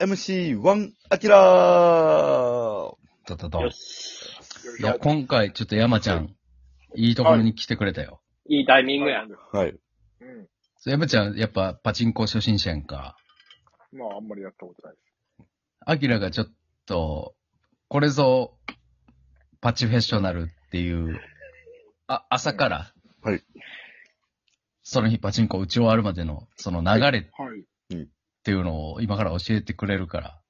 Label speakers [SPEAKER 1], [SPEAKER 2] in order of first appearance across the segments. [SPEAKER 1] 4MC1 アキラー
[SPEAKER 2] ととと。い
[SPEAKER 3] し。
[SPEAKER 2] や、今回ちょっと山ちゃん、いいところに来てくれたよ。
[SPEAKER 3] いいタイミングや。
[SPEAKER 1] はい。
[SPEAKER 4] うん。
[SPEAKER 2] そう山ちゃん、やっぱパチンコ初心者やんか。
[SPEAKER 4] まあ、あんまりやったことないです。
[SPEAKER 2] アキラがちょっと、これぞ、パチフェッショナルっていう、あ、朝から、
[SPEAKER 1] はい。
[SPEAKER 2] その日パチンコ打ち終わるまでの、その流れっ
[SPEAKER 4] はい。
[SPEAKER 2] ていうのを今から教えてくれるから。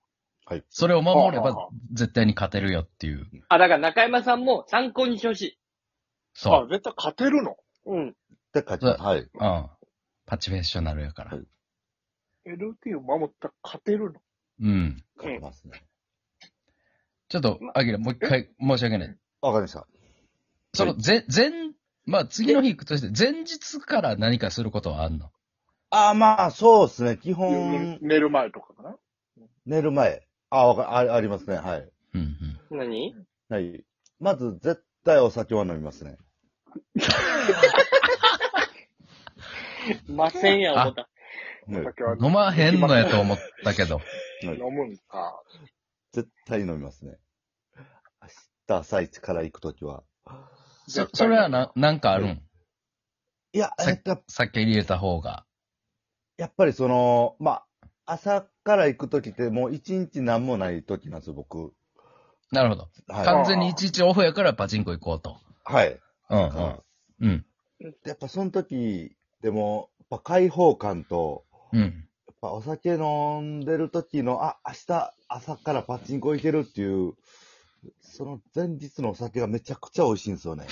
[SPEAKER 1] はい。
[SPEAKER 2] それを守れ
[SPEAKER 4] はあはあ
[SPEAKER 2] ば
[SPEAKER 4] はあ
[SPEAKER 2] 絶対に勝てるよっていう。
[SPEAKER 3] あ、だから中山さんも参考にしてほしい。
[SPEAKER 2] そ
[SPEAKER 4] あ
[SPEAKER 2] う。、
[SPEAKER 4] 絶対勝てるの
[SPEAKER 3] うん。
[SPEAKER 1] で、勝ちます。はい。
[SPEAKER 2] うん。パチフェッショナルやから
[SPEAKER 1] はい。
[SPEAKER 4] ?LT を守ったら勝てるの
[SPEAKER 2] うん。
[SPEAKER 1] 勝ちますね。
[SPEAKER 2] ちょっと、アキラ、もう一回申し訳ない。
[SPEAKER 1] わかりました。
[SPEAKER 2] その、ぜ、前、まあ、次の日行くとして、前日から何かすることはあんの
[SPEAKER 1] あー、まあ、そうですね。基
[SPEAKER 4] 夜
[SPEAKER 1] 本、
[SPEAKER 4] 寝る前とかかな
[SPEAKER 1] 寝る前。あー、わか、あありますね。はい。
[SPEAKER 2] うんうん。
[SPEAKER 3] 何
[SPEAKER 1] はい。まず、絶対お酒は飲みますね。
[SPEAKER 3] ませんや、思った。
[SPEAKER 1] はい
[SPEAKER 4] お酒は
[SPEAKER 2] 飲まへんのやと思ったけど。
[SPEAKER 1] はい
[SPEAKER 4] 飲むんか。
[SPEAKER 1] 絶対飲みますね。明日、朝一から行くときは。
[SPEAKER 2] そ、それはな、なんかあるん
[SPEAKER 1] いや、
[SPEAKER 2] さ
[SPEAKER 1] えっと、
[SPEAKER 2] 酒入れた方が。
[SPEAKER 1] やっぱりその、まあ、朝から行くときってもう一日何もないときなんですよ、僕。
[SPEAKER 2] なるほど。
[SPEAKER 1] は
[SPEAKER 2] 完全にいちいちオフやからパチンコ行こうと。
[SPEAKER 1] い。はい。
[SPEAKER 2] うんうん。うん。
[SPEAKER 1] やっぱその時でも、やっぱ解放感と、
[SPEAKER 2] うん。
[SPEAKER 1] やっぱお酒飲んでる時の、あ、明日朝からパチンコ行けるっていう、その前日のお酒がめちゃくちゃ美味しいんですよね。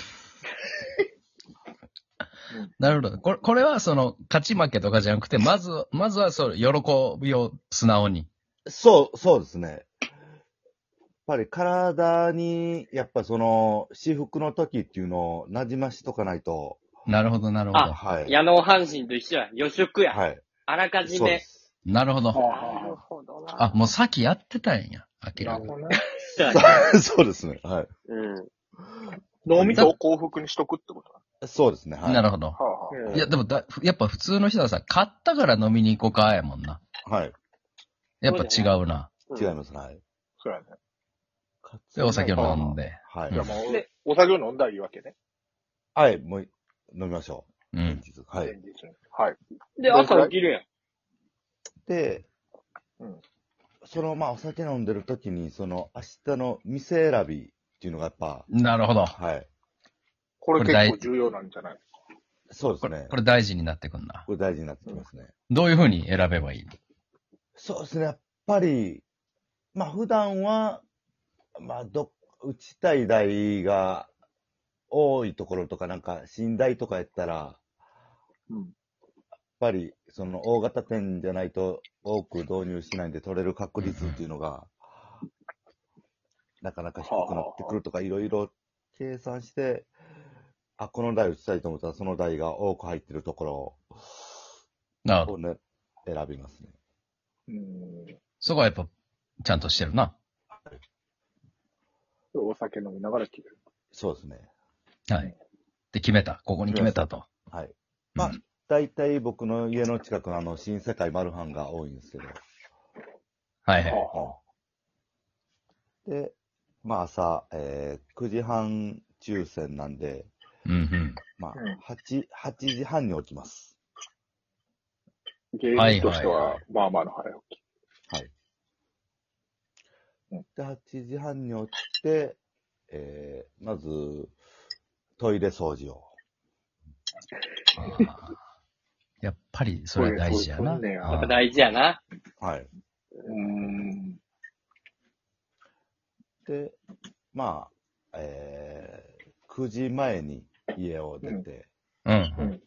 [SPEAKER 2] なるほど。これ、これはその、勝ち負けとかじゃなくて、まず、まずはそれ、喜びを素直に。
[SPEAKER 1] そう、そうですね。やっぱり体に、やっぱその、私服の時っていうのを馴染ましとかないと、
[SPEAKER 2] なるほど、なるほど
[SPEAKER 3] あ。
[SPEAKER 1] はい。
[SPEAKER 3] 矢野阪神と一緒や。予食や。
[SPEAKER 1] はい。
[SPEAKER 3] あらかじ
[SPEAKER 1] そうで
[SPEAKER 3] め。
[SPEAKER 1] す。
[SPEAKER 2] なるほど。
[SPEAKER 3] なる
[SPEAKER 4] あ
[SPEAKER 3] ほど
[SPEAKER 2] あ、。もう先やってたんや。あ
[SPEAKER 4] あ。
[SPEAKER 2] き
[SPEAKER 4] な
[SPEAKER 2] ら
[SPEAKER 4] る
[SPEAKER 2] が。
[SPEAKER 4] ほどね。
[SPEAKER 1] そうですね。はい。
[SPEAKER 3] うん。
[SPEAKER 4] 飲みと幸福にしとくってこと
[SPEAKER 1] そうですね。はい。
[SPEAKER 2] なるほど。
[SPEAKER 4] はあはい
[SPEAKER 2] や、でもだ、やっぱ普通の人はさ、買ったから飲みに行こうか、やもんな。
[SPEAKER 1] はい。
[SPEAKER 2] やっぱ違うな。
[SPEAKER 1] 違います。はい。
[SPEAKER 4] そうやね。
[SPEAKER 2] で、お酒を飲ん。で。
[SPEAKER 1] はい
[SPEAKER 2] うん
[SPEAKER 4] じゃあ。もう、お酒を飲んだらいいわけね。
[SPEAKER 1] はい、もう、飲みましょ
[SPEAKER 2] う
[SPEAKER 1] う。
[SPEAKER 2] ん。
[SPEAKER 1] は
[SPEAKER 4] 前
[SPEAKER 1] い。
[SPEAKER 4] 日にはい。
[SPEAKER 3] で、朝起きるやん。
[SPEAKER 1] で、
[SPEAKER 4] うん
[SPEAKER 1] その、まあ、お酒飲んでる時に、その、明日の店選びっていうのがやっぱ、
[SPEAKER 2] なるほど。
[SPEAKER 1] はい。
[SPEAKER 4] これ
[SPEAKER 2] これ大
[SPEAKER 4] 結構重要なんじゃない
[SPEAKER 1] そうで
[SPEAKER 2] こ
[SPEAKER 1] す
[SPEAKER 2] れ、
[SPEAKER 1] ね。
[SPEAKER 2] こ
[SPEAKER 1] こ
[SPEAKER 2] れ大事になってくんな。
[SPEAKER 1] れ大事になってきますね。
[SPEAKER 2] どういうふうに選べばいいの
[SPEAKER 1] そうですね、やっぱり、まあ、普段は、まあ、ど、打ちたい台が多いところとか、なんか、寝台とかやったら、
[SPEAKER 4] うん。
[SPEAKER 1] やっぱり、その、大型店じゃないと多く導入しないんで取れる確率っていうのが、なかなか低くなってくるとか、いろいろ計算して、あ、この台打ちたいと思ったら、その台が多く入ってるとこ
[SPEAKER 2] な
[SPEAKER 1] ろ
[SPEAKER 2] るほ
[SPEAKER 1] を
[SPEAKER 2] ど。
[SPEAKER 1] ね、選びますね。
[SPEAKER 4] うん。
[SPEAKER 2] そこはやっぱ、ちゃんとしてるな。
[SPEAKER 4] お酒飲みながら切る。
[SPEAKER 1] そうですね。
[SPEAKER 2] はい。で、決めた。ここに決めたと。
[SPEAKER 1] はい。
[SPEAKER 2] うん
[SPEAKER 1] まあ、大体僕の家の近くのあの、新世界マルハンが多いんですけど、
[SPEAKER 2] はいは。
[SPEAKER 4] はいあは
[SPEAKER 1] で、まあ朝、えー、9時半抽選なんで、
[SPEAKER 2] うんうん。
[SPEAKER 1] まあ
[SPEAKER 4] うん、
[SPEAKER 1] 8、8時半に起きます。
[SPEAKER 4] あ芸人とし
[SPEAKER 2] はいはい
[SPEAKER 4] ては
[SPEAKER 2] は、
[SPEAKER 4] まあまあの早起き。
[SPEAKER 1] で、8時半に起きて、えー、まず、トイレ掃除を。
[SPEAKER 2] あーやっぱり、それは大事やな。
[SPEAKER 4] そうですね
[SPEAKER 2] あー
[SPEAKER 3] 大事やな。
[SPEAKER 1] はい。
[SPEAKER 4] うん。
[SPEAKER 1] で、まあ、えー、9時前に家を出て、
[SPEAKER 2] うんうん。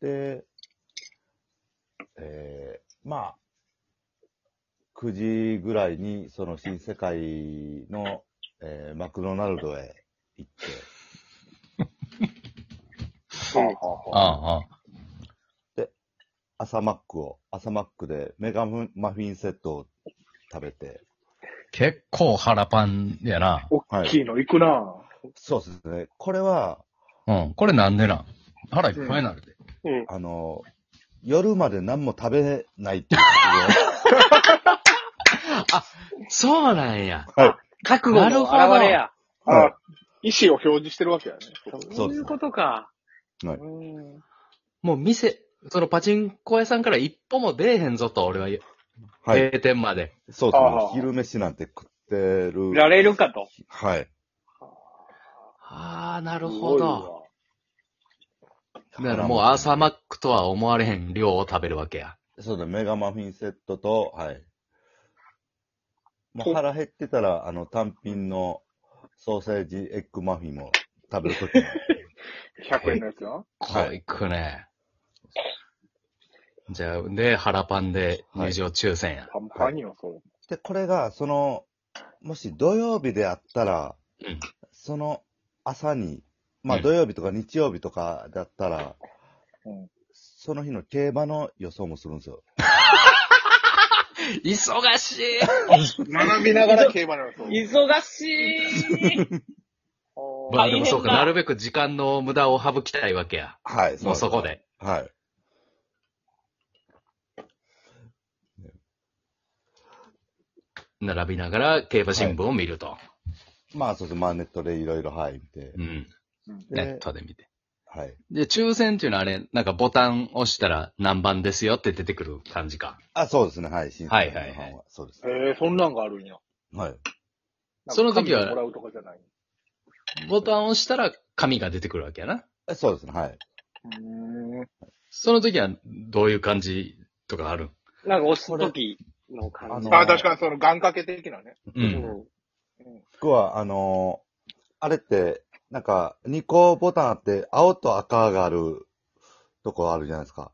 [SPEAKER 1] で、えー、まあ、9時ぐらいに、その新世界の、えー、マクドナルドへ行って、
[SPEAKER 4] はあはあはあ
[SPEAKER 2] あーあ
[SPEAKER 1] 朝マックを、朝マックでメガフンマフィンセットを食べて、
[SPEAKER 2] ー、結構腹パンやな。
[SPEAKER 4] 大きいの行くな、
[SPEAKER 1] そうですね。これは、
[SPEAKER 2] うん。これなんでなん腹いっぱいになるで。
[SPEAKER 3] うん。
[SPEAKER 1] あの、夜まで何も食べないっていう
[SPEAKER 2] そうなんや。
[SPEAKER 3] 覚悟の表れ
[SPEAKER 1] はい
[SPEAKER 3] や。
[SPEAKER 4] あ、意思を表示してるわけやね。
[SPEAKER 1] そ
[SPEAKER 3] そうう
[SPEAKER 1] で
[SPEAKER 3] い
[SPEAKER 1] す
[SPEAKER 3] うことか。
[SPEAKER 1] はい
[SPEAKER 3] うん
[SPEAKER 2] もう店、そのパチンコ屋さんから一歩も出えへんぞと、俺は言う、
[SPEAKER 1] はい。
[SPEAKER 2] 閉店まで。
[SPEAKER 1] そうです
[SPEAKER 4] あ
[SPEAKER 1] ね
[SPEAKER 4] あ。
[SPEAKER 1] 昼飯なんて食ってる。
[SPEAKER 3] られるかと。
[SPEAKER 1] はい。
[SPEAKER 2] ああ、な
[SPEAKER 4] な
[SPEAKER 2] るほど。。だからもう朝マックとは思われへん量を食べるわけや。
[SPEAKER 1] そうだ、メガマフィンセットと、はい。ま
[SPEAKER 4] お
[SPEAKER 1] あ、腹減ってたら、あの、単品のソーセージエッグマフィンも食べると きも。
[SPEAKER 4] 100円のやつな。
[SPEAKER 2] こ
[SPEAKER 1] はいう
[SPEAKER 2] いくね。じゃあ、で、腹パンで入場抽選や。
[SPEAKER 4] パンパンよ、そう。
[SPEAKER 1] で、これが、その、もし土曜日であったら、
[SPEAKER 2] うん
[SPEAKER 1] その朝に、ま
[SPEAKER 2] う
[SPEAKER 1] あ
[SPEAKER 2] ん
[SPEAKER 1] 土曜日とか日曜日とかだったら、
[SPEAKER 4] うん
[SPEAKER 1] その日の競馬の予想もするんですよ。
[SPEAKER 2] 忙しい
[SPEAKER 4] 学びながら競馬の予想。
[SPEAKER 3] 忙しい。
[SPEAKER 2] ま
[SPEAKER 4] あ
[SPEAKER 2] あでもそうか、
[SPEAKER 3] 大変だ
[SPEAKER 2] なるべく時間の無駄を省きたいわけや。
[SPEAKER 1] はい、
[SPEAKER 2] もうそこ
[SPEAKER 1] で
[SPEAKER 2] で。
[SPEAKER 1] す。はい。
[SPEAKER 2] 並びながら競馬新聞を見ると。
[SPEAKER 1] まあそうです。まあネットでいろいろ、はい、見て。
[SPEAKER 2] うん。
[SPEAKER 4] ーうん
[SPEAKER 2] ネッ
[SPEAKER 1] で、
[SPEAKER 2] トで見て。
[SPEAKER 1] はい。
[SPEAKER 2] で、抽選っていうのはあれ、なんかボタン押したら何番ですよって出てくる感じか。
[SPEAKER 1] あ、そうですね、はい、新
[SPEAKER 2] はいはいはい
[SPEAKER 1] は。そうです。
[SPEAKER 4] へえ、そんなんがあるんや。
[SPEAKER 1] はい。
[SPEAKER 2] その時は
[SPEAKER 4] なんか紙でもらうとかじゃない。
[SPEAKER 2] ボタン押したら紙が出てくるわけやな。
[SPEAKER 1] えそうですね、はい。
[SPEAKER 4] うん。
[SPEAKER 2] その時はどういう感じとかある
[SPEAKER 3] なんか押すときの感じ。
[SPEAKER 1] あの
[SPEAKER 4] あ、確かにその願掛け的なね。
[SPEAKER 2] う。
[SPEAKER 3] うんん。
[SPEAKER 1] 僕は、あのーあれって、なんか、2個ボタンあって、青と赤があるとこあるじゃないですか。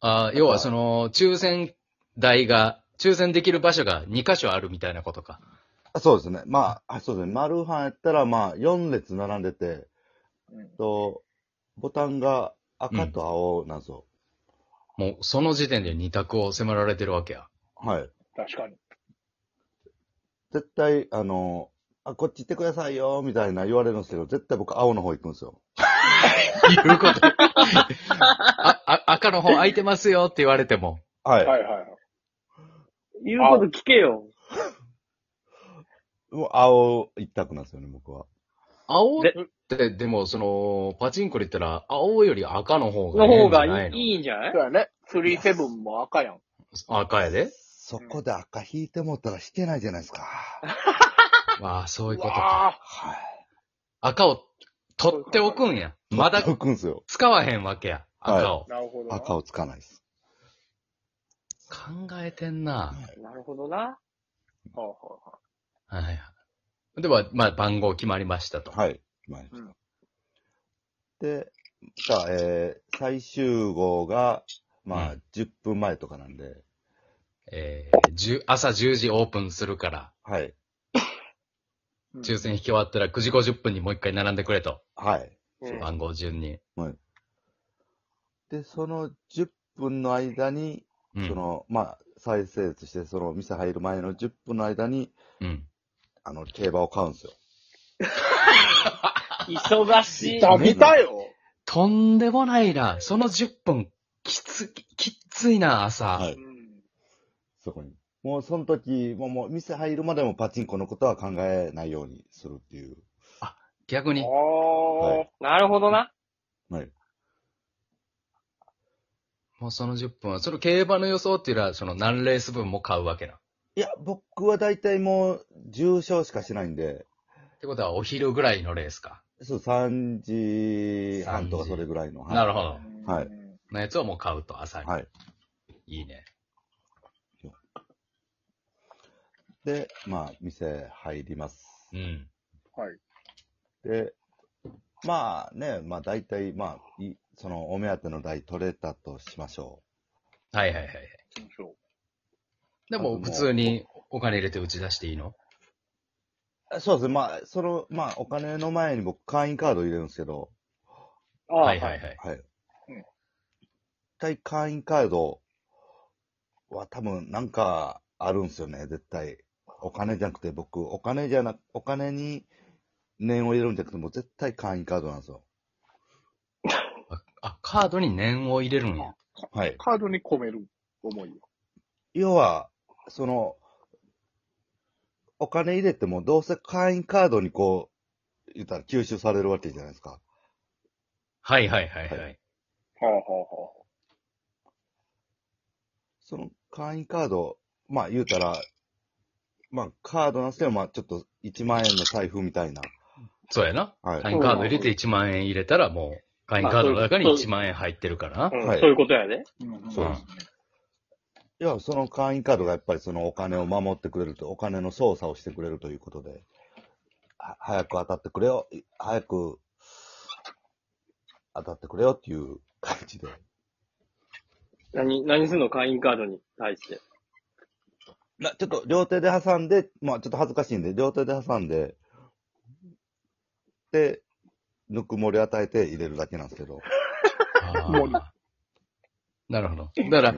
[SPEAKER 2] あー要はその、抽選台が、抽選できる場所が2箇所あるみたいなことか。
[SPEAKER 1] あそうですね。まあ、あそうですね。マルハンやったら、まあ、4列並んでて、
[SPEAKER 4] うん
[SPEAKER 1] と、ボタンが赤と青なんですよ。
[SPEAKER 2] もうその時点で2択を迫られてるわけや。
[SPEAKER 1] はい。
[SPEAKER 4] 確かに。
[SPEAKER 1] 絶対、あのーあ、こっち行ってくださいよ、みたいな言われるんですけど、絶対僕青の方行くんですよ。
[SPEAKER 2] いうこと。 あ、あ、赤の方空いてますよって言われても。
[SPEAKER 1] はい。
[SPEAKER 4] はいはいはい。
[SPEAKER 3] 言うこと聞けよ。
[SPEAKER 1] もう青一択なんですよね、僕は。
[SPEAKER 2] 青って、でも、その、パチンコで言ったら、青より赤の方が
[SPEAKER 3] の
[SPEAKER 2] いい
[SPEAKER 3] 方
[SPEAKER 2] んじゃ
[SPEAKER 3] が
[SPEAKER 2] ない
[SPEAKER 3] い
[SPEAKER 2] の
[SPEAKER 3] いいいんじゃない
[SPEAKER 4] そうやね。スリーセブンも赤やん。
[SPEAKER 2] 赤やで
[SPEAKER 1] そこで赤引いてもったら引けないじゃない ですか。
[SPEAKER 2] ああ、そういう
[SPEAKER 4] う
[SPEAKER 2] ことか。
[SPEAKER 4] わ
[SPEAKER 1] はい。
[SPEAKER 2] 赤を取っておくんや。まだ
[SPEAKER 1] 行くんですよ。
[SPEAKER 2] 使わへんわけや。赤を
[SPEAKER 4] ー。なるほどな。
[SPEAKER 1] 赤をつかないです。
[SPEAKER 2] 考えてんな。
[SPEAKER 3] なるほどな。
[SPEAKER 4] はあはあはあ
[SPEAKER 2] はい。では、まあ、番号決まりましたと。
[SPEAKER 1] はい。まあ
[SPEAKER 4] うん
[SPEAKER 1] で、さあ、えー、最終号が、まあ、
[SPEAKER 2] う
[SPEAKER 1] 10分前とかなんで、
[SPEAKER 2] えー、じゅ朝10時オープンするから、
[SPEAKER 1] はい。
[SPEAKER 4] うん
[SPEAKER 2] 抽選引き終わったら9時50分にもう一回並んでくれと。
[SPEAKER 1] はい。
[SPEAKER 3] うん
[SPEAKER 2] 番号順に。
[SPEAKER 1] で、その10分の間に、
[SPEAKER 2] うん。
[SPEAKER 1] その、まあ、再生列して、その、店入る前の10分の間に、
[SPEAKER 2] うん。
[SPEAKER 1] あの、競馬を買うんですよ。
[SPEAKER 3] 忙しい
[SPEAKER 4] 見。た、見たよ。
[SPEAKER 2] とんでもないな。その10分、きつ、きっついな、朝。
[SPEAKER 1] は
[SPEAKER 4] う
[SPEAKER 1] い。
[SPEAKER 4] ん。
[SPEAKER 1] そこに。もう、その時、もう、もう、店入るまでもパチンコのことは考えないようにするっていう。
[SPEAKER 2] 逆に、
[SPEAKER 4] ああ。
[SPEAKER 3] なるほどな。
[SPEAKER 1] はい。
[SPEAKER 2] もうその10分は、その競馬の予想っていうのは、その何レース分も買うわけな。っ
[SPEAKER 1] いや、僕は大体もう、重賞しかしないんで、
[SPEAKER 2] てことは、お昼ぐらいのレースか。
[SPEAKER 1] そう、3時半とかそれぐらいの。はい
[SPEAKER 2] なるほど。
[SPEAKER 1] はい
[SPEAKER 2] のやつをもう買うと、朝に。
[SPEAKER 1] はい。
[SPEAKER 2] い、いね。
[SPEAKER 1] で、まあ、店入ります。
[SPEAKER 2] うん。
[SPEAKER 4] はい。
[SPEAKER 1] で、まあね、まあ大体、まあ、いそのお目当ての台取れたとしましょ
[SPEAKER 2] はいはいはい。
[SPEAKER 4] そう。
[SPEAKER 2] でも、普通にお金入れて打ち出していいの
[SPEAKER 1] う。あそうですね、まあ、その、まあ、お金の前に僕、会員カード入れるんですけど、
[SPEAKER 3] ああ
[SPEAKER 2] はいはいはい。
[SPEAKER 1] はい。
[SPEAKER 4] うん
[SPEAKER 1] 絶対会員カードは多分なんかあるんですよね、絶対。お金じゃなくて、僕、お金じゃな、お金に念を入れるんじゃなくて、もう絶対会員カードなんですよ。
[SPEAKER 2] あ、カードに念を入れるんや。
[SPEAKER 1] はい。
[SPEAKER 4] カードに込める思いを。
[SPEAKER 1] 要は、その、お金入れてもどうせ会員カードにこう、言ったら吸収されるわけじゃないですか。
[SPEAKER 2] はいはいはいは。
[SPEAKER 1] はい
[SPEAKER 4] はあはあはあ。
[SPEAKER 1] その会員カード、まあ言うたら、まあカードなんですけど、まあちょっと1万円の財布みたいな。
[SPEAKER 2] そうやな。
[SPEAKER 1] はい。
[SPEAKER 2] 会員カード入れて1万円入れたらもう、会員カードの中に1万円入ってるからな。
[SPEAKER 3] うん
[SPEAKER 1] はい
[SPEAKER 3] そういうことやで。
[SPEAKER 1] そうですね。いや、その会員カードがやっぱりそのお金を守ってくれると、お金の操作をしてくれるということで、は早く当たってくれよ、い早く当たってくれよっていう感じで。
[SPEAKER 3] 何、何すんの会員カードに対して。
[SPEAKER 1] なちょっと両手で挟んで、まあちょっと恥ずかしいんで、両手で挟んで、で、ぬくもり与えて入れるだけなんですけど。
[SPEAKER 2] あ
[SPEAKER 4] もう
[SPEAKER 2] ーなるほど。だから、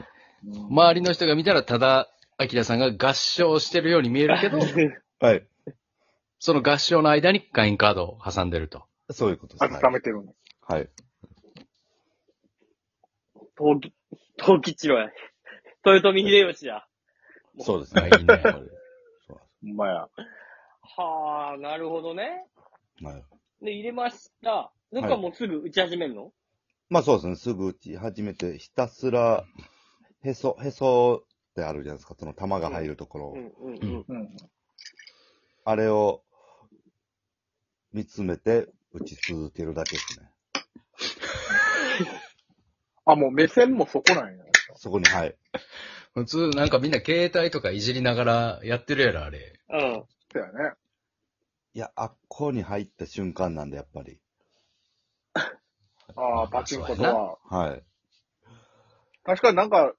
[SPEAKER 2] 周りの人が見たら、ただ、アキラさんが合唱してるように見える けど、
[SPEAKER 1] はい。
[SPEAKER 2] その合唱の間に会員カードを挟んでると。
[SPEAKER 1] そういうことです。
[SPEAKER 4] 温めてるの。
[SPEAKER 1] はい。はい。
[SPEAKER 3] 東吉、東吉郎や。豊臣秀吉や。
[SPEAKER 1] そうです
[SPEAKER 2] は
[SPEAKER 1] ね。
[SPEAKER 2] いいいね
[SPEAKER 1] そうなんで
[SPEAKER 4] ほんまや。
[SPEAKER 3] はあ、なるほどね。
[SPEAKER 1] すはい。
[SPEAKER 3] で、入れました。そっからもうすぐ打ち始めるの、
[SPEAKER 1] まあそうですね。すぐ打ち始めて、ひたすら、へそ、へそってあるじゃないですか。その玉が入るところ。
[SPEAKER 3] うんうんうん。
[SPEAKER 4] うん。
[SPEAKER 1] あれを見つめて打ち続けるだけですね。
[SPEAKER 4] あ、もう目線もそこなんや。
[SPEAKER 1] そこに、はい。
[SPEAKER 2] 普通、なんかみんな携帯とかいじりながらやってるやろ、あれ。
[SPEAKER 3] うん。
[SPEAKER 4] そうやね。
[SPEAKER 1] いや、あっこに入った瞬間なんで、やっぱり。
[SPEAKER 4] ああ、パチンコとは。
[SPEAKER 1] はい。
[SPEAKER 4] 確かになんか、